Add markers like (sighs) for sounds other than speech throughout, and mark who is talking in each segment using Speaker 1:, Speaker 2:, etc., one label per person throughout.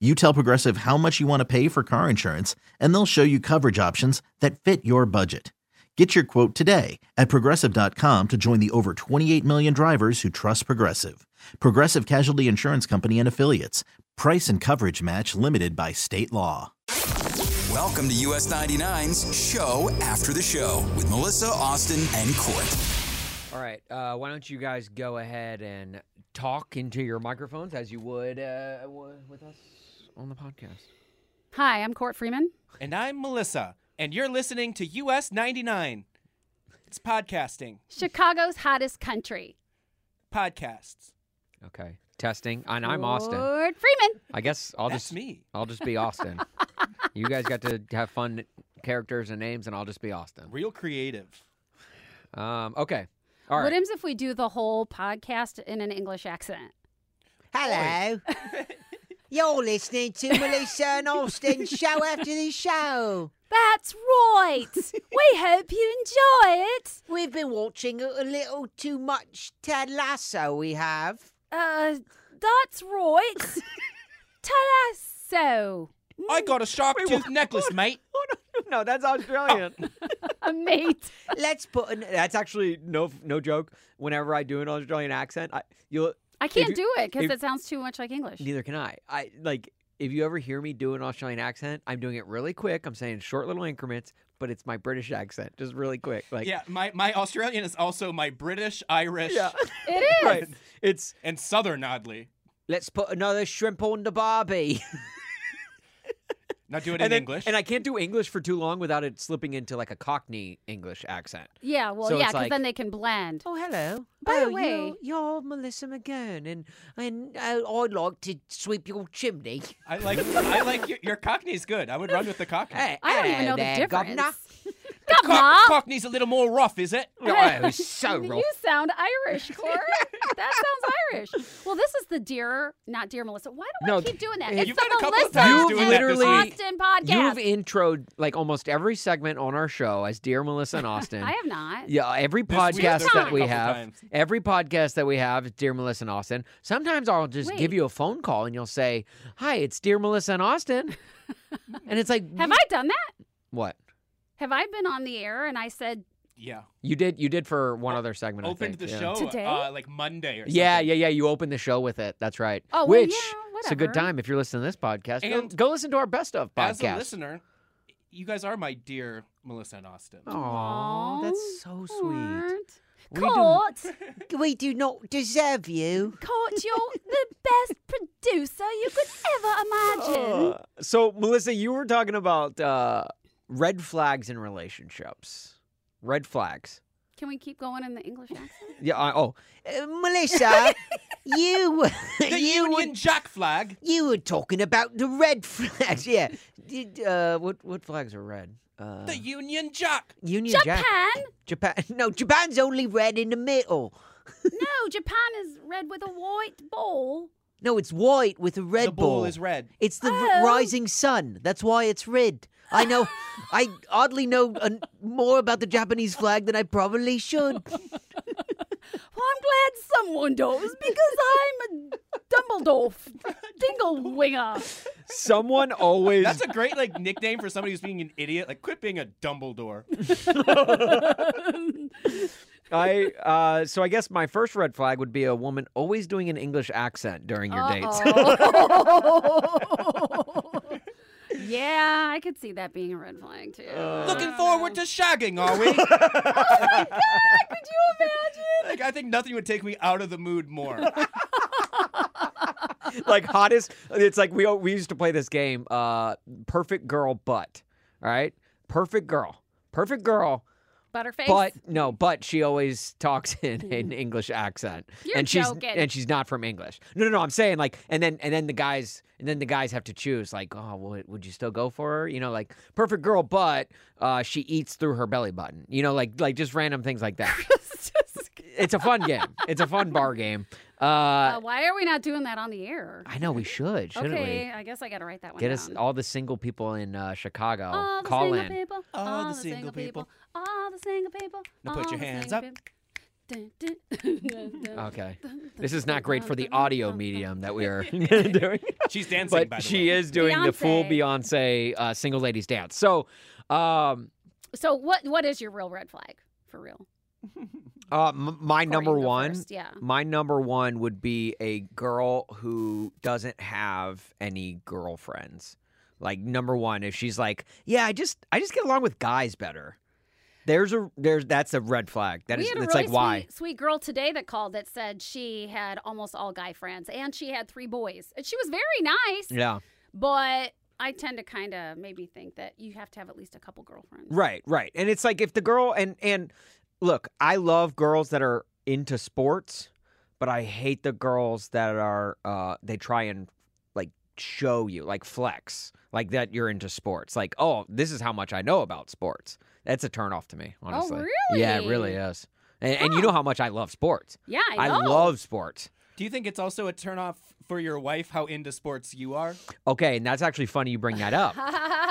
Speaker 1: You tell Progressive how much you want to pay for car insurance, and they'll show you coverage options that fit your budget. Get your quote today at progressive.com to join the over 28 million drivers who trust Progressive. Progressive Casualty Insurance Company and Affiliates. Price and coverage match limited by state law.
Speaker 2: Welcome to US 99's Show After the Show with Melissa, Austin, and Court.
Speaker 3: All right. Uh, why don't you guys go ahead and talk into your microphones as you would uh, w- with us on the podcast?
Speaker 4: Hi, I'm Court Freeman.
Speaker 5: And I'm Melissa, and you're listening to US 99. It's podcasting.
Speaker 4: Chicago's hottest country.
Speaker 5: Podcasts.
Speaker 3: Okay. Testing. And I'm Austin.
Speaker 4: Court Freeman.
Speaker 3: I guess I'll
Speaker 5: That's
Speaker 3: just
Speaker 5: me.
Speaker 3: I'll just be Austin. you guys got to have fun characters and names, and I'll just be Austin.
Speaker 5: Real creative.
Speaker 3: Um, okay. All right.
Speaker 4: What if if we do the whole podcast in an English accent?
Speaker 6: Hello.
Speaker 3: (laughs)
Speaker 6: You're listening to Melissa and Austin show after the show.
Speaker 4: That's right.
Speaker 3: (laughs)
Speaker 4: we hope you enjoy it.
Speaker 6: We've been watching a a little too much Ted Lasso, we have.
Speaker 4: Uh,
Speaker 3: (laughs)
Speaker 4: that's right. Tell us so.
Speaker 5: I got a sharp tooth necklace, mate.
Speaker 3: Oh, no, that's Australian.
Speaker 4: A Uh, mate.
Speaker 6: Oh, Let's put an.
Speaker 3: that's actually no no joke. Whenever I do an Australian accent, I you'll
Speaker 4: I can't
Speaker 3: you-
Speaker 4: do it because
Speaker 3: if-
Speaker 4: it sounds too much like English.
Speaker 3: Neither can I. I like if you ever hear me do an Australian accent, I'm doing it really quick. I'm saying short little increments, but it's my British accent, just really quick. Like
Speaker 5: Yeah, my, my Australian is also my British, Irish,
Speaker 3: Yeah.
Speaker 4: It
Speaker 3: (laughs)
Speaker 4: is.
Speaker 3: right. It's
Speaker 5: and Southern, oddly.
Speaker 3: let's put another shrimp on the Barbie.
Speaker 5: Not doing it in
Speaker 3: and then-
Speaker 5: English.
Speaker 3: And I can't do English for too long without it slipping into like a Cockney English accent.
Speaker 4: Yeah, well,
Speaker 3: So
Speaker 4: yeah,
Speaker 3: it's
Speaker 4: because
Speaker 3: like-
Speaker 4: then they can blend.
Speaker 6: Oh, hello.
Speaker 4: By the
Speaker 6: Oh, you're-
Speaker 4: way-
Speaker 6: you're, Melissa McGowan, and and uh, I'd like to sweep your chimney.
Speaker 5: I like I like your, your Cockney's good. I would run with the Cockney.
Speaker 6: Hey,
Speaker 4: I don't even
Speaker 6: hello
Speaker 4: know the
Speaker 6: there,
Speaker 4: difference.
Speaker 6: governor.
Speaker 5: Cock-
Speaker 4: Governor.
Speaker 5: Cockney's a little more rough, is it?
Speaker 3: Oh,
Speaker 4: (laughs)
Speaker 3: it's so
Speaker 4: you
Speaker 3: rough.
Speaker 4: sound
Speaker 3: (laughs)
Speaker 4: Irish, Cora. that sounds Irish. Well, this is the dear, not dear Melissa. Why do
Speaker 3: No,
Speaker 4: I keep doing that?
Speaker 3: you've
Speaker 4: It's
Speaker 5: had a
Speaker 4: the
Speaker 5: couple of
Speaker 4: Melissa
Speaker 5: times
Speaker 3: doing
Speaker 4: and
Speaker 3: that this week.
Speaker 4: Austin podcast.
Speaker 3: You've introed like almost every segment on our show as Dear Melissa and Austin.
Speaker 4: (laughs) I have not.
Speaker 3: Yeah, every
Speaker 5: This week
Speaker 3: podcast
Speaker 5: there's been
Speaker 3: that
Speaker 5: a
Speaker 3: we
Speaker 5: couple
Speaker 3: have,
Speaker 5: times.
Speaker 3: every podcast that we have, is dear Melissa and Austin. Sometimes I'll just give
Speaker 4: Wait.
Speaker 3: you a phone call and you'll say, "Hi, it's dear Melissa and
Speaker 4: (laughs)
Speaker 3: Austin," and it's like,
Speaker 4: Have I done that?
Speaker 3: What
Speaker 4: Have I been on the air and I said,
Speaker 5: Yeah.
Speaker 3: you did? You did for one other segment. I
Speaker 5: Oh, Opened
Speaker 3: think,
Speaker 5: the
Speaker 3: yeah.
Speaker 5: show
Speaker 4: Today?
Speaker 5: Uh, like Monday or something.
Speaker 3: Yeah, yeah, yeah. You opened the show with it. That's right.
Speaker 4: Oh, well,
Speaker 3: which
Speaker 4: yeah,
Speaker 3: it's a good
Speaker 4: whatever.
Speaker 3: time if you're listening to this podcast. Go-
Speaker 5: And
Speaker 3: go, listen to our best of podcast.
Speaker 5: As a listener, you guys are my dear Melissa and Austin.
Speaker 3: Aw, that's so
Speaker 4: "Aw,
Speaker 3: sweet.
Speaker 4: Court,
Speaker 3: We do-
Speaker 4: Court,
Speaker 3: (laughs)
Speaker 6: We do not deserve you.
Speaker 4: Court, you're the best producer you could ever imagine.
Speaker 3: Uh, so Melissa, you were talking about uh, red flags in relationships. Red flags.
Speaker 4: Can we keep going in the English accent?
Speaker 3: Yeah. I, oh,
Speaker 6: Uh, Melissa, you
Speaker 5: The
Speaker 6: you would
Speaker 5: Union Jack flag.
Speaker 6: You were talking about the red (laughs) flags, yeah.
Speaker 3: Did, uh, what what flags are red? Uh,
Speaker 5: The Union Jack.
Speaker 6: Union
Speaker 4: Japan?
Speaker 6: Jack. Japan. No, Japan's only red in the middle.
Speaker 4: No, Japan is red with a white ball.
Speaker 6: No, it's white with a red
Speaker 5: the ball
Speaker 6: ball.
Speaker 5: is red.
Speaker 6: It's the
Speaker 4: Oh.
Speaker 6: r- rising sun. That's why it's red. I
Speaker 4: (laughs)
Speaker 6: know. I oddly know uh, more about the Japanese flag than I probably should.
Speaker 4: Well, I'm glad someone knows because I'm a Dumbledore dingle winger.
Speaker 3: (laughs) someone always. (laughs)
Speaker 5: That's a great like nickname for somebody who's being an idiot. Like quit being a Dumbledore.
Speaker 3: I uh, so I guess my first red flag would be a woman always doing an English accent during your
Speaker 4: Uh-huh.
Speaker 3: dates.
Speaker 4: Uh-oh. yeah, I could see that being a red flag too.
Speaker 3: Uh,
Speaker 5: Looking forward to shagging,
Speaker 3: (laughs)
Speaker 5: are
Speaker 3: Oh
Speaker 5: we?
Speaker 4: Could you imagine?
Speaker 5: like I think nothing would take me out of the mood more.
Speaker 3: (laughs) like hottest. It's like we we used to play this game, uh, perfect girl butt. All right, perfect girl, perfect girl.
Speaker 4: Butterface.
Speaker 3: But no, but she always talks (laughs) in an English accent,
Speaker 4: Mm-hmm. You're
Speaker 3: and she's
Speaker 4: joking.
Speaker 3: and she's not from English. No, no, no. I'm saying like, and then and then the guys and then the guys have to choose like, oh, would, would you still go for her? You know, like perfect girl, but uh, she eats through her belly button. You know, like like just random things like
Speaker 4: (laughs)
Speaker 3: that. (laughs) it's a fun game. It's a fun bar game. Uh,
Speaker 4: Uh, why are we not doing that on the air?
Speaker 3: I know we should, shouldn't
Speaker 4: okay,
Speaker 3: we?
Speaker 4: I guess I gotta write that one
Speaker 3: Get
Speaker 4: down.
Speaker 3: us all the single people in uh, Chicago.
Speaker 4: all the
Speaker 3: call
Speaker 4: single
Speaker 3: in.
Speaker 4: people, all, the single, people, all the single people.
Speaker 5: Now put
Speaker 4: all
Speaker 5: your
Speaker 4: the
Speaker 5: hands
Speaker 4: single
Speaker 5: up.
Speaker 4: people. (laughs) Dun, dun, dun, dun, (laughs)
Speaker 3: Okay.
Speaker 4: dun,
Speaker 3: This
Speaker 4: dun,
Speaker 3: is not great
Speaker 4: dun,
Speaker 3: for the
Speaker 4: dun,
Speaker 3: audio
Speaker 4: dun,
Speaker 3: medium that we
Speaker 4: (laughs)
Speaker 3: are (laughs) doing.
Speaker 5: She's dancing,
Speaker 3: but
Speaker 5: by the
Speaker 3: she
Speaker 5: way.
Speaker 3: is doing the full Beyonce
Speaker 4: Beyonce.
Speaker 3: uh, single ladies dance. So, um,
Speaker 4: dun. So what? What is your real red flag for real?
Speaker 3: uh, m- my
Speaker 4: Corey,
Speaker 3: number
Speaker 4: you go
Speaker 3: one,
Speaker 4: first, yeah.
Speaker 3: my number one would be a girl who doesn't have any girlfriends. Like number one, if she's like, yeah, I just I just get along with guys better. There's a there's that's a red flag. That
Speaker 4: we
Speaker 3: is
Speaker 4: had a
Speaker 3: that's
Speaker 4: really
Speaker 3: like why.
Speaker 4: sweet, sweet girl today that called that said she had almost all guy friends and she had three boys. And she was very nice,
Speaker 3: Yeah.
Speaker 4: but I tend to kind of maybe think that you have to have at least a couple girlfriends.
Speaker 3: Right, right. And it's like if the girl and and look, I love girls that are into sports, but I hate the girls that are uh they try and like show you, like flex, like that you're into sports. Like, oh, this is how much I know about sports. That's a turnoff to me, honestly. Yeah, it really
Speaker 4: Oh, really?
Speaker 3: is. And, and you know how much I love sports.
Speaker 4: Yeah,
Speaker 3: I
Speaker 4: I, know. (laughs)
Speaker 3: love sports.
Speaker 5: Do you think it's also a turnoff for your wife how into sports you are?
Speaker 3: Okay, and that's actually funny you bring that up.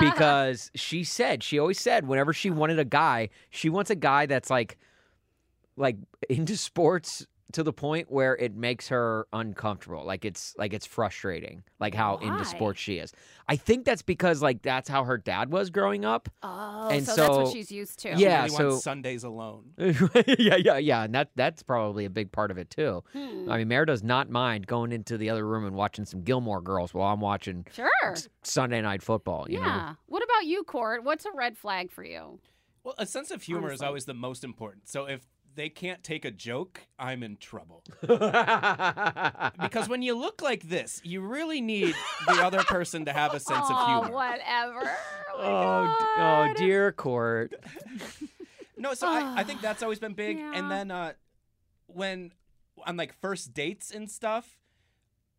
Speaker 4: (laughs)
Speaker 3: because she said she always said whenever she wanted a guy, she wants a guy that's like like into sports to the point where it makes her uncomfortable. Like it's like it's frustrating like how
Speaker 4: Why?
Speaker 3: into sports she is. I think that's because like that's how her dad was growing up. (laughs)
Speaker 4: Oh,
Speaker 3: And
Speaker 4: so, that's what
Speaker 3: so-
Speaker 4: she's used to.
Speaker 5: She
Speaker 3: Yeah,
Speaker 5: really
Speaker 3: so-
Speaker 5: wants Sundays alone.
Speaker 3: yeah, yeah, yeah, and that that's probably a big part of it too. (laughs)
Speaker 4: Hmm.
Speaker 3: I mean, Mare does not mind going into the other room and watching some Gilmore Girls while I'm watching
Speaker 4: Sure.
Speaker 3: Sunday Night Football. You know?
Speaker 4: Yeah. What about you, Court? What's a red flag for you?
Speaker 5: Well, a sense of humor is
Speaker 4: Honestly.
Speaker 5: always the most important. So if they can't take a joke, I'm in trouble.
Speaker 3: (laughs)
Speaker 5: Because when you look like this, you really need the other person to have a sense of
Speaker 4: oh,
Speaker 5: humor.
Speaker 4: whatever.
Speaker 3: (laughs)
Speaker 4: Oh, my
Speaker 3: Oh, d- oh
Speaker 4: God.
Speaker 3: dear court.
Speaker 5: No, so I, I think that's always been big.
Speaker 4: Yeah.
Speaker 5: And then uh, when on like first dates and stuff,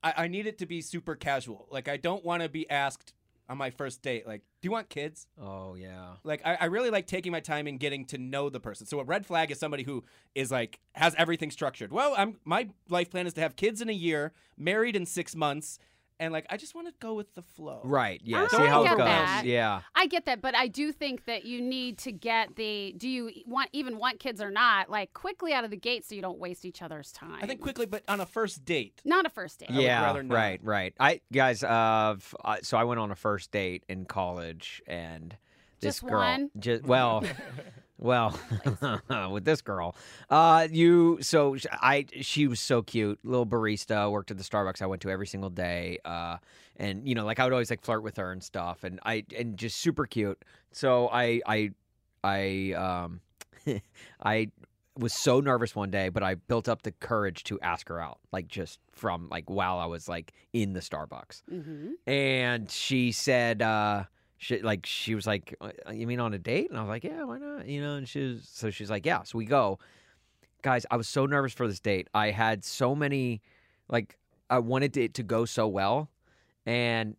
Speaker 5: I, I need it to be super casual. Like I don't want to be asked on my first date, like, "Do you want kids?"
Speaker 3: Oh yeah.
Speaker 5: Like I, I really like taking my time and getting to know the person. So a red flag is somebody who is like has everything structured. Well, I'm my life plan is to have kids in a year, married in six months, and like I just want to go with the flow.
Speaker 3: Right. Yeah.
Speaker 4: I
Speaker 3: See how it
Speaker 4: get
Speaker 3: goes.
Speaker 4: that.
Speaker 3: Yeah.
Speaker 4: I get that, but I do think that you need to get the do you want even want kids or not like quickly out of the gate so you don't waste each other's time.
Speaker 5: I think quickly, but on a first date.
Speaker 4: not a first date.
Speaker 5: I would
Speaker 3: yeah.
Speaker 5: rather not.
Speaker 3: Right. Right. I guys. Uh. f- I- so I went on a first date in college, and this
Speaker 4: Just
Speaker 3: girl.
Speaker 4: one?
Speaker 3: ju- well. Well, (laughs) with this girl, uh, you so sh- I she was so cute, little barista. Worked at the Starbucks I went to every single day, uh, and you know, like I would always like flirt with her and stuff, and I and just super cute. So I I I um (laughs) I was so nervous one day, but I built up the courage to ask her out, like just from like while I was like in the Starbucks
Speaker 4: Mm-hmm.
Speaker 3: and she said uh she like she was like "Uh, you mean on a date and i was like yeah why not you know and she was so she's like yeah so we go guys i was so nervous for this date i had so many like i wanted it to go so well and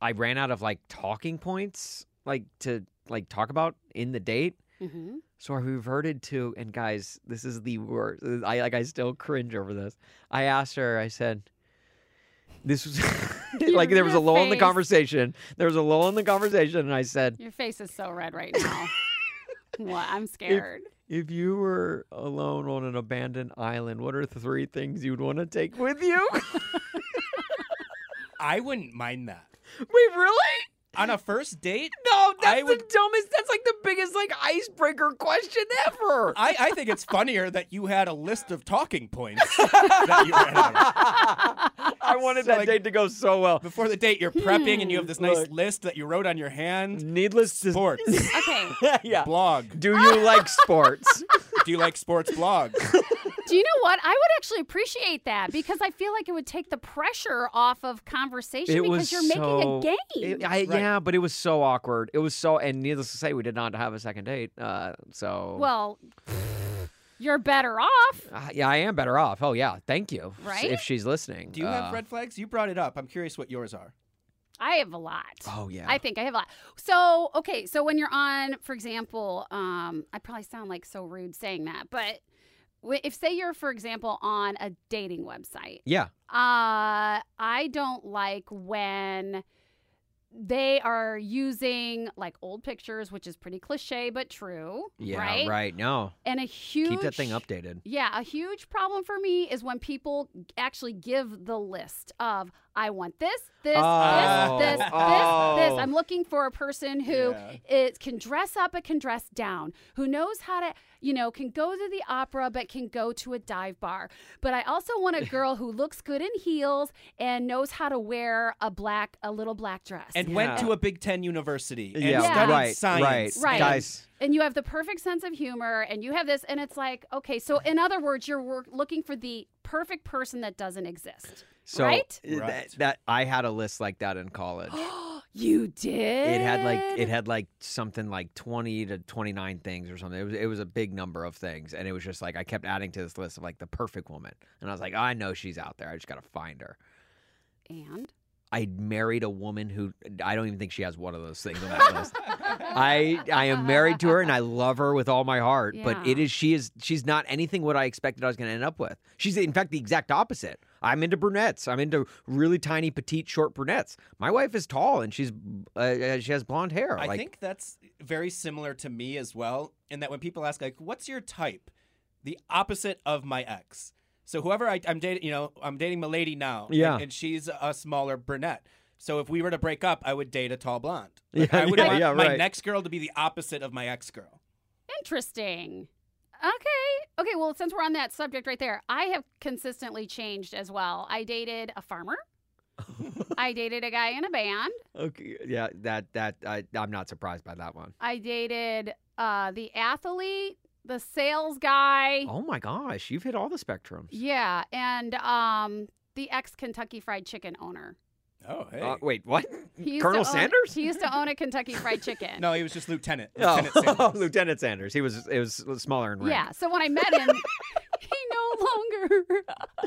Speaker 3: i ran out of like talking points like to like talk about in the date
Speaker 4: Mm-hmm.
Speaker 3: so I reverted to, and guys, this is the worst. I like, I still cringe over this. I asked her. I said, "This
Speaker 5: (laughs)
Speaker 3: was (laughs) like there was a
Speaker 4: Your
Speaker 3: lull in the
Speaker 4: face.
Speaker 3: conversation. There was a lull in the conversation." And I said,
Speaker 4: Your face is so
Speaker 3: (laughs)
Speaker 4: red right now. what? I'm scared.
Speaker 3: "If you were alone on an abandoned island, what are three things you'd want to take with
Speaker 5: (laughs)
Speaker 3: you?" (laughs)
Speaker 5: I wouldn't mind that.
Speaker 3: Wait, really?
Speaker 5: On a first date,
Speaker 3: No, that's
Speaker 5: I
Speaker 3: the
Speaker 5: would-
Speaker 3: dumbest. That's like the biggest like icebreaker question
Speaker 5: (laughs)
Speaker 3: ever.
Speaker 5: I, I think it's funnier that you had a list of talking
Speaker 3: (laughs)
Speaker 5: points that you ran out of.
Speaker 3: I wanted
Speaker 5: So,
Speaker 3: that
Speaker 5: like-
Speaker 3: date to go so well.
Speaker 5: Before the date, you're prepping and you have this nice
Speaker 3: Hmm. Look.
Speaker 5: list that you wrote on
Speaker 3: (laughs)
Speaker 5: your hand.
Speaker 3: Needless to
Speaker 5: Sports.
Speaker 3: (laughs)
Speaker 4: okay.
Speaker 3: yeah.
Speaker 5: Blog. (laughs)
Speaker 3: Do you like sports?
Speaker 5: Do you like sports blogs?
Speaker 4: Do you know what? I would actually appreciate that because I feel like it would take the pressure off of conversation
Speaker 3: It
Speaker 4: because
Speaker 3: was
Speaker 4: you're
Speaker 3: so-
Speaker 4: making a game.
Speaker 3: It- I, Yeah, but it was so awkward. It was so, and needless to say, we did not have a second date. Uh, so,
Speaker 4: well, you're better off.
Speaker 3: uh, yeah, I am better off. Oh yeah, thank you. s-
Speaker 4: Right?
Speaker 3: If she's listening,
Speaker 5: Do you
Speaker 3: Uh,
Speaker 5: have red flags? You brought it up. I'm curious what yours are.
Speaker 4: I have a lot.
Speaker 3: Oh yeah.
Speaker 4: I think I have a lot. So, okay, so when you're on, for example, um, I probably sound like so rude saying that, but w- if say you're, for example, on a dating website,
Speaker 3: yeah.
Speaker 4: uh, I don't like when they are using like old pictures, which is pretty cliche but true,
Speaker 3: Yeah.
Speaker 4: right?
Speaker 3: No.
Speaker 4: And a huge
Speaker 3: Keep that thing updated.
Speaker 4: yeah, a huge problem for me is when people actually give the list of I want this, this,
Speaker 3: Oh.
Speaker 4: this, this,
Speaker 3: Oh.
Speaker 4: this, this. I'm looking for a person who
Speaker 5: Yeah.
Speaker 4: it can dress up and can dress down, who knows how to, you know, can go to the opera but can go to a dive bar. But I also
Speaker 3: (laughs)
Speaker 4: want a girl who looks good in heels and knows how to wear a black a little black dress.
Speaker 5: And
Speaker 3: Yeah.
Speaker 5: went to a Big Ten university and
Speaker 3: yeah.
Speaker 5: studied
Speaker 3: Right.
Speaker 5: science.
Speaker 3: Right.
Speaker 4: Right.
Speaker 3: Guys.
Speaker 4: and you have the perfect sense of humor and you have this and it's like okay so in other words you're work- looking for the perfect person that doesn't exist
Speaker 3: So
Speaker 4: Right?
Speaker 3: uh,
Speaker 5: Right.
Speaker 3: That, that I had a list like that in
Speaker 4: (gasps)
Speaker 3: college.
Speaker 4: you did
Speaker 3: it had like it had like something like 20 to 29 things or something it was, it was a big number of things and it was just like i kept adding to this list of like the perfect woman and i was like "Oh, i know she's out there i just gotta find her
Speaker 4: and
Speaker 3: i married a woman who i don't even think she has one of those things on that list i i am married to her and i love her with all my heart but it
Speaker 4: Yeah.
Speaker 3: is she is she's not anything what i expected i was gonna end up with she's in fact the exact opposite i'm into brunettes i'm into really tiny petite short brunettes my wife is tall and she's uh, uh, she has blonde hair
Speaker 5: I
Speaker 3: like
Speaker 5: think that's very similar to me as well, in that when people ask like, "What's your type?" the opposite of my ex. So whoever I, I'm dating, you know, I'm dating Milady now, and-
Speaker 3: Yeah.
Speaker 5: and, she's a smaller brunette. So if we were to break up, I would date a tall
Speaker 3: (laughs)
Speaker 5: blonde. Like,
Speaker 3: Yeah,
Speaker 5: I would
Speaker 3: yeah,
Speaker 5: want
Speaker 3: yeah,
Speaker 5: my
Speaker 3: right.
Speaker 5: next girl to be the opposite of my ex girl.
Speaker 4: interesting okay okay well since we're on that subject right there i have consistently changed as well i dated
Speaker 3: (laughs)
Speaker 4: a farmer i dated a guy in a band
Speaker 3: Okay. Yeah. That that I I'm not surprised by that one.
Speaker 4: i dated uh, the athlete the sales guy
Speaker 3: Oh my gosh, you've hit all the spectrums.
Speaker 4: yeah and um, the ex kentucky fried chicken owner
Speaker 5: Oh, hey.
Speaker 3: Uh, wait, what?
Speaker 4: He used to
Speaker 3: Colonel
Speaker 4: own-
Speaker 3: Sanders?
Speaker 4: He used to own a Kentucky Fried Chicken.
Speaker 5: (laughs) no, he was just lieutenant. Lieutenant
Speaker 3: (laughs) Oh,
Speaker 5: Sanders.
Speaker 3: Lieutenant Sanders. He was it was smaller and rank.
Speaker 4: Yeah. So when I met him, (laughs) he no longer (laughs)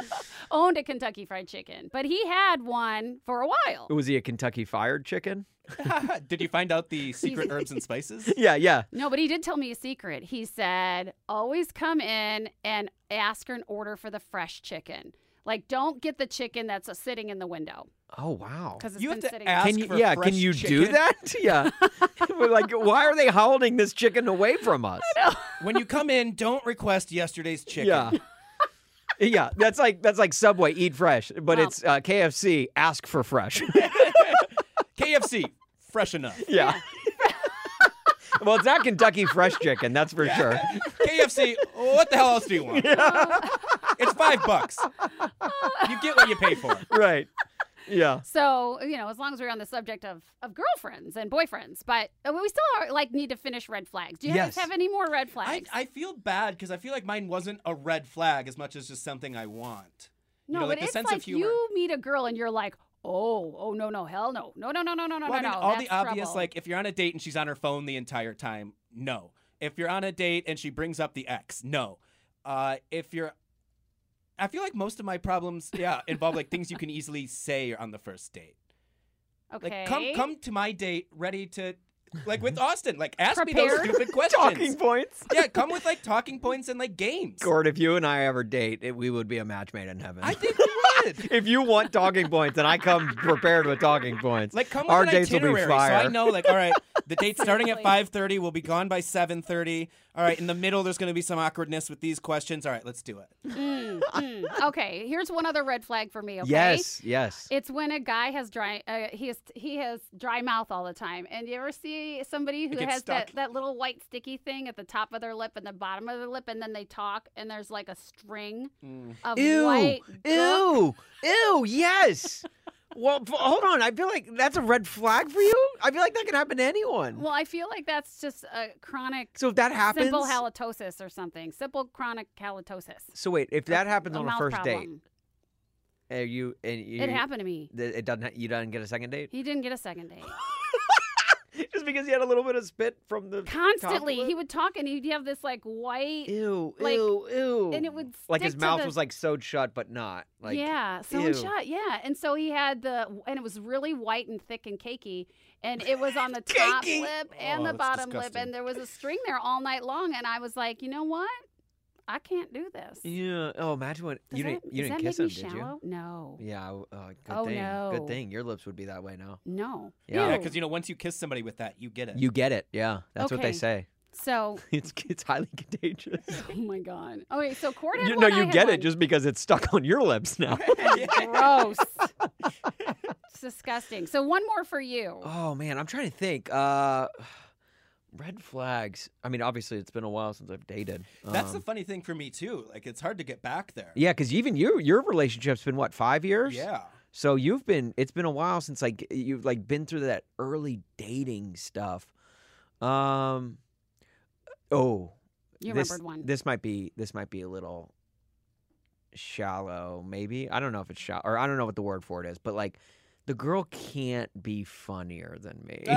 Speaker 4: owned a Kentucky Fried Chicken, but he had one for a while.
Speaker 3: Was he a Kentucky fired chicken?
Speaker 5: (laughs) Did you find
Speaker 3: (laughs)
Speaker 5: out the secret herbs and spices?
Speaker 3: Yeah, yeah.
Speaker 4: No, but he did tell me a secret. He said, always come in and ask an order for the fresh chicken. Like, don't get the chicken that's uh, sitting in the window
Speaker 3: Oh wow.
Speaker 4: because it's
Speaker 5: You have
Speaker 4: been
Speaker 5: to
Speaker 4: sitting.
Speaker 5: ask
Speaker 3: Can you
Speaker 5: for
Speaker 3: yeah,
Speaker 5: fresh
Speaker 3: can you do
Speaker 5: chicken.
Speaker 3: that? (laughs)
Speaker 5: (laughs)
Speaker 3: Yeah. We're like, why are they holding this chicken away from us?
Speaker 5: when you come in, don't request yesterday's chicken. (laughs)
Speaker 3: Yeah. Yeah, that's like that's like Subway, eat fresh, but
Speaker 4: Well-
Speaker 3: it's uh, KFC, ask for
Speaker 5: (laughs)
Speaker 3: fresh.
Speaker 5: KFC, fresh enough.
Speaker 3: yeah. (laughs) well, it's not Kentucky fresh chicken, that's for
Speaker 5: (laughs)
Speaker 3: sure.
Speaker 5: KFC, what the hell else do you want? It's five bucks. You get what you pay for.
Speaker 3: Right. Yeah.
Speaker 4: So you know, as long as we're on the subject of of girlfriends and boyfriends, but uh, we still are, like need to finish red flags. Do you
Speaker 3: Yes.
Speaker 4: guys have any more red
Speaker 5: I,
Speaker 4: flags?
Speaker 5: I feel bad because I feel like mine wasn't a red flag as much as just something I want.
Speaker 4: No,
Speaker 5: you know, like
Speaker 4: but
Speaker 5: the
Speaker 4: it's
Speaker 5: sense
Speaker 4: like
Speaker 5: of humor.
Speaker 4: you meet a girl and you're like, oh, oh no, no, hell no, no, no, no, no, no, no,
Speaker 5: well, I
Speaker 4: no,
Speaker 5: mean,
Speaker 4: no.
Speaker 5: all
Speaker 4: that's
Speaker 5: the obvious,
Speaker 4: trouble.
Speaker 5: like if you're on a date and she's on her phone the entire time, no. If you're on a date and she brings up the ex, no. Uh, if you're, I feel like most of my problems, yeah, involve like things you can easily say on the first date.
Speaker 4: okay,
Speaker 5: Like come come to my date ready to like with Austin. Like ask me
Speaker 4: Prepared.
Speaker 5: those stupid
Speaker 3: (laughs)
Speaker 5: questions.
Speaker 3: Talking points.
Speaker 5: yeah, come with like talking points and like games.
Speaker 3: Gord, if you and I ever date, it, we would be a match made in heaven.
Speaker 5: I think we
Speaker 3: (laughs)
Speaker 5: would.
Speaker 3: if you want talking points, and I come prepared with talking points,
Speaker 5: Like come with
Speaker 3: our
Speaker 5: an
Speaker 3: dates will be
Speaker 5: itinerary,
Speaker 3: fire.
Speaker 5: so I know. Like all right, the
Speaker 3: (laughs)
Speaker 5: date's starting at
Speaker 4: Seriously.
Speaker 5: five thirty. We'll be gone by seven thirty. All right, in the middle there's going to be some awkwardness with these questions. All right, let's do it.
Speaker 4: Mm, mm. okay, here's one other red flag for me. Okay,
Speaker 3: Yes, yes.
Speaker 4: It's when a guy has dry uh, he has he has dry mouth all the time. And you ever see somebody who
Speaker 5: gets
Speaker 4: has that,
Speaker 5: stuck.
Speaker 4: that little white sticky thing at the top of their lip and the bottom of their lip and then they talk and there's
Speaker 3: Mm.
Speaker 4: like a string of
Speaker 6: Ew.
Speaker 4: white
Speaker 6: Ew. Ew. Yes.
Speaker 3: Well, f- hold on. I feel like that's a red flag for you. I feel like that can happen to anyone.
Speaker 4: Well, I feel like that's just a chronic
Speaker 3: so if that happens,
Speaker 4: simple halitosis or something. Simple chronic halitosis.
Speaker 3: so wait, if that happens
Speaker 4: a
Speaker 3: on a
Speaker 4: mouth
Speaker 3: first
Speaker 4: problem.
Speaker 3: date, are you and you,
Speaker 4: It happened to me.
Speaker 3: th- It doesn't. ha- You don't get a second date
Speaker 4: He didn't get a second
Speaker 3: (gasps)
Speaker 4: date.
Speaker 3: (laughs) just because you had a little bit of spit from the
Speaker 4: Constantly, he
Speaker 3: compliment?
Speaker 4: would talk and he'd have this like white,
Speaker 3: Ew,
Speaker 4: like-
Speaker 3: ew, ew.
Speaker 4: and it would
Speaker 3: like his
Speaker 4: stick to
Speaker 3: mouth
Speaker 4: the-
Speaker 3: was like sewed shut, but not. Like
Speaker 4: yeah, so and
Speaker 3: ew.
Speaker 4: shot, yeah. And so he had the, and it was really white and thick and cakey, and it was on
Speaker 3: (laughs)
Speaker 4: the top
Speaker 3: Cakey!
Speaker 4: lip and
Speaker 5: Oh,
Speaker 4: the
Speaker 5: that's
Speaker 4: bottom lip,
Speaker 5: disgusting.
Speaker 4: and there was a string there all night long, and I was like, you know what, I can't do this.
Speaker 3: Yeah. Oh, imagine what
Speaker 4: Does
Speaker 3: you
Speaker 4: that,
Speaker 3: didn't. You
Speaker 4: does
Speaker 3: didn't
Speaker 4: that
Speaker 3: kiss him,
Speaker 4: make me
Speaker 3: did
Speaker 4: shallow?
Speaker 3: you?
Speaker 4: No,
Speaker 3: Yeah. w- Oh, good
Speaker 4: Oh,
Speaker 3: thing.
Speaker 4: no.
Speaker 3: Good thing. Your lips would be that way now.
Speaker 4: no.
Speaker 3: Yeah.
Speaker 5: Yeah,
Speaker 4: Ew.
Speaker 5: because you know, once you kiss somebody with that, you get it.
Speaker 3: You get it. Yeah. That's what they
Speaker 4: Okay.
Speaker 3: say.
Speaker 4: so
Speaker 3: (laughs)
Speaker 4: (laughs)
Speaker 3: It's it's highly contagious.
Speaker 4: Oh my god. Okay, so Court had
Speaker 3: You,
Speaker 4: one,
Speaker 3: no,
Speaker 4: I
Speaker 3: you
Speaker 4: had
Speaker 3: get
Speaker 4: one.
Speaker 3: it just because it's stuck on your lips now.
Speaker 4: gross. it's disgusting. So one more for you.
Speaker 3: (laughs) oh man, I'm trying to think. Uh, (sighs) red flags. I mean, obviously, it's been a while since I've dated.
Speaker 5: That's the
Speaker 3: Um,
Speaker 5: funny thing for me too. Like it's hard to get back there.
Speaker 3: yeah, because even you, your relationship's been what five years?
Speaker 5: Yeah.
Speaker 3: So you've been it's been a while since like you've like been through that early dating stuff. Um oh.
Speaker 4: You
Speaker 3: this,
Speaker 4: remembered one.
Speaker 3: This (laughs) might be this might be a little shallow maybe. I don't know if it's shallow or I don't know what the word for it is, but like the girl can't be funnier than me. (laughs)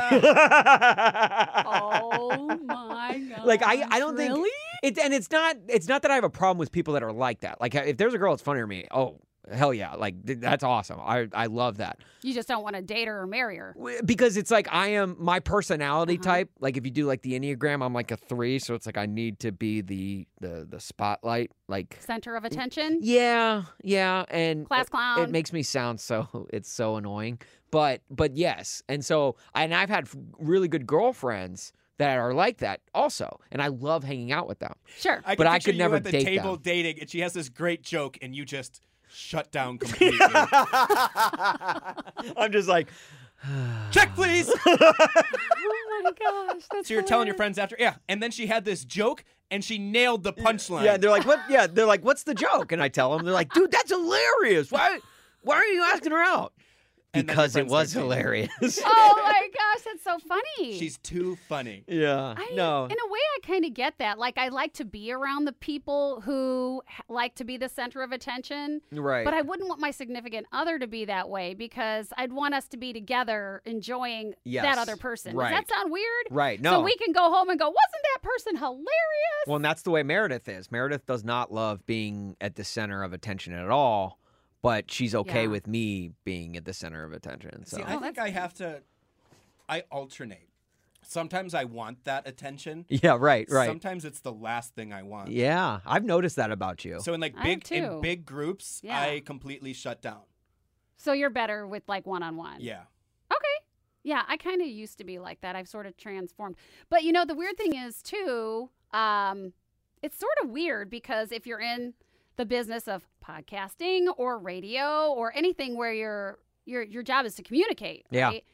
Speaker 4: oh my god.
Speaker 3: Like I, I don't think
Speaker 4: Um, Really?
Speaker 3: it, and it's not it's not that I have a problem with people that are like that. Like if there's a girl that's funnier than me, oh hell yeah, like th- that's awesome. I I love that.
Speaker 4: You just don't want to date her or marry her.
Speaker 3: W- because it's like I am my personality
Speaker 4: Uh-huh.
Speaker 3: type. Like if you do like the enneagram, I'm like a three, so it's like I need to be the the the spotlight. Like
Speaker 4: Center of attention.
Speaker 3: yeah, yeah, and
Speaker 4: Class
Speaker 3: it-
Speaker 4: clown.
Speaker 3: It makes me sound so (laughs) it's so annoying, but but yes, and so and I've had f- really good girlfriends that are like that also, and I love hanging out with them.
Speaker 4: sure.
Speaker 5: I can
Speaker 3: But I
Speaker 5: picture
Speaker 3: could
Speaker 5: you
Speaker 3: never
Speaker 5: at the
Speaker 3: date
Speaker 5: table
Speaker 3: them.
Speaker 5: dating, and she has this great joke, and you just
Speaker 3: (laughs)
Speaker 5: shut down completely.
Speaker 3: I'm just like,
Speaker 5: Check, please.
Speaker 4: oh
Speaker 3: (laughs)
Speaker 4: my gosh. That's
Speaker 5: So you're telling your
Speaker 4: hilarious.
Speaker 5: friends after, yeah. And then she had this joke, and she nailed the punchline.
Speaker 3: yeah, they're like, what? Yeah, they're like, what's the joke? And I tell them, they're like, dude, that's hilarious. Why? Why are you asking her out?
Speaker 5: And then your
Speaker 3: Because it
Speaker 5: friends
Speaker 3: was
Speaker 5: start dating.
Speaker 3: hilarious. (laughs)
Speaker 4: Oh my gosh, that's so funny.
Speaker 5: She's too funny.
Speaker 3: Yeah.
Speaker 4: I,
Speaker 3: uh, no.
Speaker 4: In a way, I kind of get that. Like, I like to be around the people who h- like to be the center of attention.
Speaker 3: right.
Speaker 4: But I wouldn't want my significant other to be that way because I'd want us to be together enjoying
Speaker 3: Yes,
Speaker 4: that other person.
Speaker 3: right.
Speaker 4: Does that sound weird?
Speaker 3: right. No.
Speaker 4: So we can go home and go, wasn't that person hilarious?
Speaker 3: well, and that's the way Meredith is. Meredith does not love being at the center of attention at all, but she's okay
Speaker 4: Yeah.
Speaker 3: with me being at the center of attention. So
Speaker 5: See, I think I have to. I alternate. Sometimes I want that attention.
Speaker 3: yeah, right, right.
Speaker 5: Sometimes it's the last thing I want.
Speaker 3: yeah, I've noticed that about you.
Speaker 5: So in like
Speaker 4: I have
Speaker 5: big
Speaker 4: too.
Speaker 5: in big groups,
Speaker 4: Yeah.
Speaker 5: I completely shut down.
Speaker 4: So you're better with like one on one.
Speaker 5: Yeah.
Speaker 4: Okay. Yeah, I kind of used to be like that. I've sort of transformed. But you know, the weird thing is too, um, it's sort of weird because if you're in the business of podcasting or radio or anything where your your your job is to communicate,
Speaker 3: Yeah.
Speaker 4: right?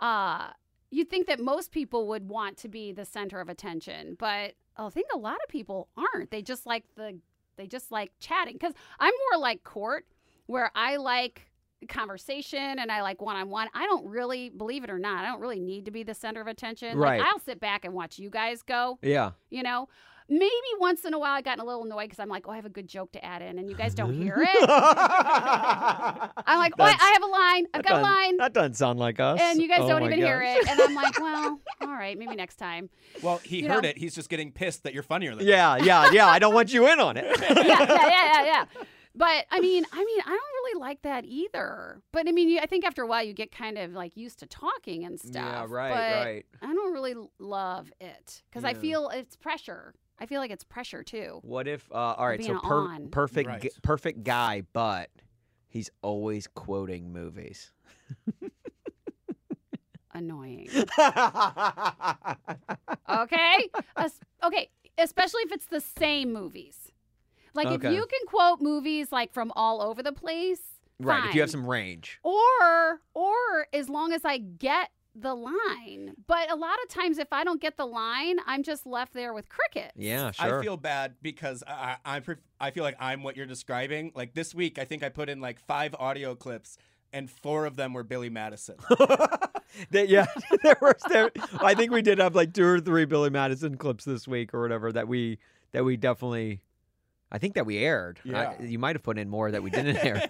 Speaker 4: Uh, you'd think that most people would want to be the center of attention, but I think a lot of people aren't. They just like the they just like chatting because I'm more like court where I like conversation and I like one on one. I don't really believe it or not. I don't really need to be the center of attention.
Speaker 3: Right.
Speaker 4: Like I'll sit back and watch you guys go.
Speaker 3: (laughs) yeah.
Speaker 4: You know, maybe once in a while I got a little annoyed because I'm like, oh, I have a good joke to add in, and you
Speaker 3: (laughs)
Speaker 4: guys don't hear it. I'm like, oh, I,
Speaker 3: That's-
Speaker 4: I have a line. I've got a line.
Speaker 3: That doesn't sound like us.
Speaker 4: And you guys
Speaker 3: Oh
Speaker 4: don't
Speaker 3: my
Speaker 4: even hear
Speaker 3: gosh.
Speaker 4: it. And
Speaker 3: (laughs)
Speaker 4: I'm like, well, all right, maybe next time.
Speaker 5: Well, he
Speaker 4: You
Speaker 5: heard
Speaker 4: know.
Speaker 5: it. He's just getting pissed that you're funnier than him.
Speaker 3: Yeah, yeah, yeah. I don't want you in on
Speaker 4: (laughs)
Speaker 3: it.
Speaker 4: yeah, yeah, yeah, yeah, yeah. But I mean, I mean, I don't really like that either. But I mean, you, I think after a while you get kind of like used to talking and stuff.
Speaker 3: Yeah, right,
Speaker 4: but
Speaker 3: right.
Speaker 4: I don't really l- love it because I
Speaker 3: Yeah.
Speaker 4: feel it's pressure. I feel like it's pressure too.
Speaker 3: What if? Uh, all right, so
Speaker 4: being
Speaker 3: per-
Speaker 4: on.
Speaker 3: perfect,
Speaker 5: Right.
Speaker 3: g- perfect guy, but he's always quoting (laughs) movies.
Speaker 4: Annoying.
Speaker 3: okay.
Speaker 4: Okay. (laughs) Es- okay. Especially if it's the same movies. Like
Speaker 3: Okay.
Speaker 4: if you can quote movies like from all over the place.
Speaker 3: Right. If you have
Speaker 4: fine.
Speaker 3: some range.
Speaker 4: or or as long as I get the line. But a lot of times, if I don't get the line, I'm just left there with crickets.
Speaker 3: Yeah, sure.
Speaker 5: I feel bad because I I, I, pref- I feel like I'm what you're describing. Like this week, I think I put in like five audio clips and four of them were
Speaker 3: (laughs)
Speaker 5: Billy Madison.
Speaker 3: (laughs) That- yeah, (laughs) there were. There, I think we did have like two or three Billy Madison clips this week or whatever that we that we definitely. I think that we aired. I-
Speaker 5: Yeah.
Speaker 3: you might have put in more that we didn't (laughs) air.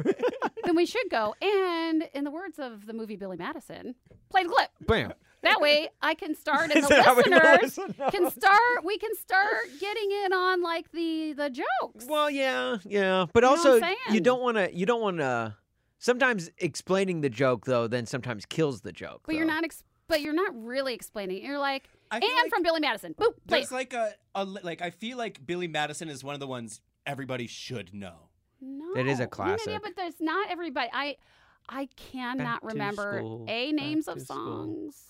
Speaker 4: Then we should go. And in the words of the movie Billy Madison, play the clip.
Speaker 3: Bam.
Speaker 4: That way I can start (laughs) and
Speaker 3: (laughs)
Speaker 4: the
Speaker 3: Is that how we know
Speaker 4: listeners
Speaker 3: it's enough?
Speaker 4: can start we can start getting in on like the the jokes.
Speaker 3: Well, yeah, yeah, but
Speaker 4: You know what I'm
Speaker 3: also you
Speaker 4: saying?
Speaker 3: don't want to. You don't want to. Sometimes explaining the joke though, then sometimes kills the joke.
Speaker 4: but you're
Speaker 3: though.
Speaker 4: not ex- but you're not really explaining. it. You're like
Speaker 5: I
Speaker 4: and
Speaker 5: feel like
Speaker 4: from Billy Madison. Boop, play.
Speaker 5: there's like a, a li- like I feel like Billy Madison is one of the ones everybody should know.
Speaker 4: No.
Speaker 3: That is a
Speaker 4: Yeah, Yeah,
Speaker 3: classic.
Speaker 4: but there's not everybody. I I cannot
Speaker 3: to
Speaker 4: remember
Speaker 3: school,
Speaker 4: a
Speaker 3: back
Speaker 4: names of
Speaker 3: to school. (laughs)
Speaker 4: songs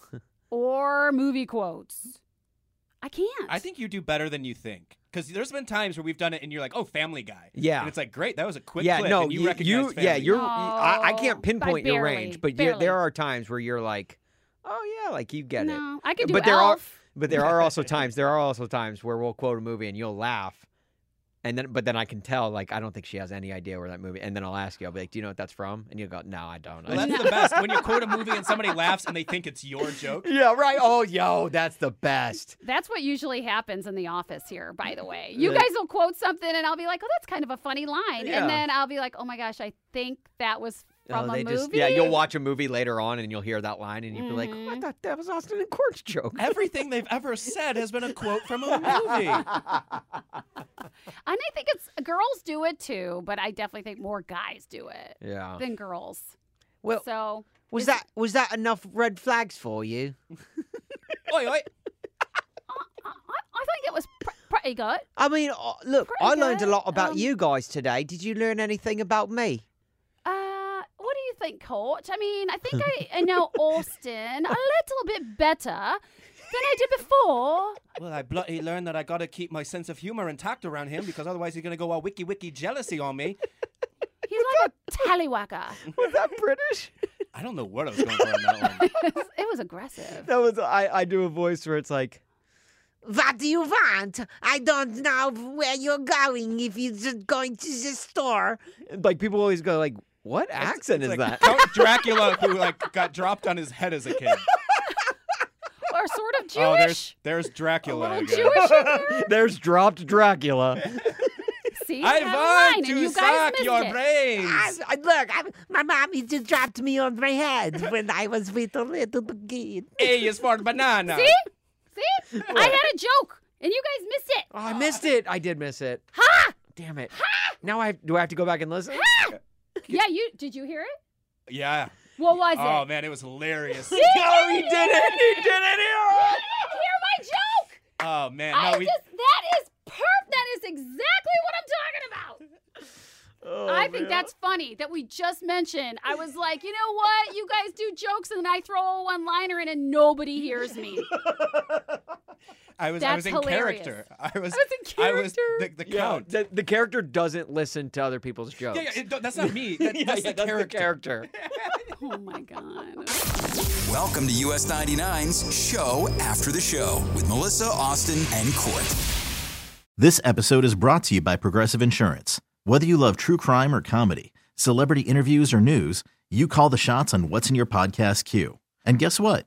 Speaker 4: or movie quotes. I can't.
Speaker 5: I think you do better than you think because there's been times where we've done it and you're like, oh, Family Guy.
Speaker 3: Yeah.
Speaker 5: and it's like great, that was a quick
Speaker 3: yeah,
Speaker 5: clip.
Speaker 3: no,
Speaker 5: and you,
Speaker 3: you,
Speaker 5: recognize Family
Speaker 3: yeah,
Speaker 5: Guy.
Speaker 3: you're. I, I
Speaker 4: No,
Speaker 3: can't
Speaker 4: I
Speaker 3: pinpoint your range,
Speaker 4: barely-
Speaker 3: but you,
Speaker 4: barely.
Speaker 3: there are times where you're like, oh yeah, like you get it.
Speaker 4: no, I could do
Speaker 3: but
Speaker 4: but
Speaker 3: there are-
Speaker 4: Elf.
Speaker 3: But there are also times there are also times where we'll quote a movie and you'll laugh. And then but then I can tell like I don't think she has any idea where that movie and then I'll ask you, I'll be like, Do you know what that's from? And you'll go, No, I don't.
Speaker 5: Well, that's the best when you quote a movie and somebody laughs and they think it's your joke.
Speaker 3: yeah, right. Oh yo, that's the best.
Speaker 4: That's what usually happens in the office here, by the way.
Speaker 3: (laughs)
Speaker 4: You
Speaker 3: Yeah.
Speaker 4: guys will quote something and I'll be like, oh, that's kind of a funny line.
Speaker 3: Yeah.
Speaker 4: And then I'll be like, oh my gosh, I think that was from
Speaker 3: oh,
Speaker 4: a
Speaker 3: they
Speaker 4: movie.
Speaker 3: just yeah, you'll watch a movie later on and you'll hear that line and you'll be like, oh, I
Speaker 4: Mhm.
Speaker 3: thought that was Austin and Court's joke.
Speaker 5: Everything they've ever said has been a quote from
Speaker 3: (laughs)
Speaker 5: a movie.
Speaker 4: And I think it's girls do it too, but I definitely think more guys do it
Speaker 3: Yeah.
Speaker 4: than girls.
Speaker 6: Well,
Speaker 4: so
Speaker 6: was
Speaker 4: is-
Speaker 6: that was that enough red flags for you?
Speaker 5: Oi, oi.
Speaker 4: I, I, I think it was pr- pretty good.
Speaker 6: I mean, uh, look,
Speaker 4: Pretty
Speaker 6: I learned a
Speaker 4: good,
Speaker 6: lot about
Speaker 4: um,
Speaker 6: you guys today. Did you learn anything about me?
Speaker 4: Uh, what do you think, Court? I mean, I
Speaker 5: (laughs)
Speaker 4: think I, I know Austin a little bit better than I did before.
Speaker 5: Well, I bloody learned that I gotta keep my sense of humor intact around him because otherwise he's gonna go all wiki wiki jealousy on me.
Speaker 4: He's like a tallywhacker.
Speaker 3: Was that British? (laughs)
Speaker 5: I don't know what I was going for on that one.
Speaker 4: it was aggressive.
Speaker 3: That was I, I do a voice where it's like
Speaker 6: What do you want? I don't know where you're going if you're just going to the store.
Speaker 3: like people always go like, What accent
Speaker 5: It's
Speaker 3: is
Speaker 5: like
Speaker 3: that? (laughs)
Speaker 5: Count Dracula who like got dropped on his head as a kid.
Speaker 4: Or sort of
Speaker 5: (laughs) Oh,
Speaker 4: Jewish.
Speaker 5: there's there's Dracula.
Speaker 4: little
Speaker 5: again.
Speaker 4: Jewish
Speaker 5: (laughs)
Speaker 3: There's dropped Dracula.
Speaker 4: See,
Speaker 5: I
Speaker 4: have a
Speaker 5: want
Speaker 4: line, and
Speaker 5: to
Speaker 4: you guys
Speaker 5: suck
Speaker 4: missed
Speaker 5: your
Speaker 4: it.
Speaker 6: I,
Speaker 5: brains.
Speaker 6: I- uh, look, I, my mommy just dropped me on my head when I was with a little kid.
Speaker 5: A is for banana.
Speaker 4: See, see, I had a joke, and you guys missed it.
Speaker 3: Oh, I missed it. I did miss it.
Speaker 4: Ha!
Speaker 3: Damn it. Now I have, do I have to go back and listen?
Speaker 4: Yeah, you did. You hear it?
Speaker 5: Yeah.
Speaker 4: What was
Speaker 5: Oh
Speaker 4: it?
Speaker 5: man, it was hilarious.
Speaker 3: no, he did it. He did it.
Speaker 4: You didn't hear my joke.
Speaker 5: Oh man,
Speaker 4: I
Speaker 5: no, we
Speaker 4: just that is perf. That is exactly what I'm talking about.
Speaker 5: Oh,
Speaker 4: I
Speaker 3: Oh,
Speaker 4: think that's funny that we just mentioned. I was like, you know what? You guys do jokes, and then I throw a one-liner in, and nobody hears me.
Speaker 5: I was I was
Speaker 4: That's
Speaker 5: in
Speaker 4: hilarious.
Speaker 5: character. I was
Speaker 4: I was in
Speaker 5: I was the,
Speaker 4: character.
Speaker 5: the
Speaker 3: Yeah,
Speaker 5: count.
Speaker 3: The, the character doesn't listen to other people's jokes.
Speaker 5: Yeah, yeah, it- (laughs) don't- that's not me.
Speaker 3: (laughs)
Speaker 5: That,
Speaker 3: Yeah,
Speaker 5: that's
Speaker 3: yeah,
Speaker 5: the character.
Speaker 4: Oh my god.
Speaker 2: Welcome to US 99's Show After the Show with Melissa, Austin, and Court.
Speaker 1: This episode is brought to you by Progressive Insurance. Whether you love true crime or comedy, celebrity interviews or news, you call the shots on what's in your podcast queue. And guess what?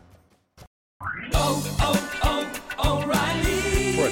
Speaker 2: O'Reilly.
Speaker 7: For a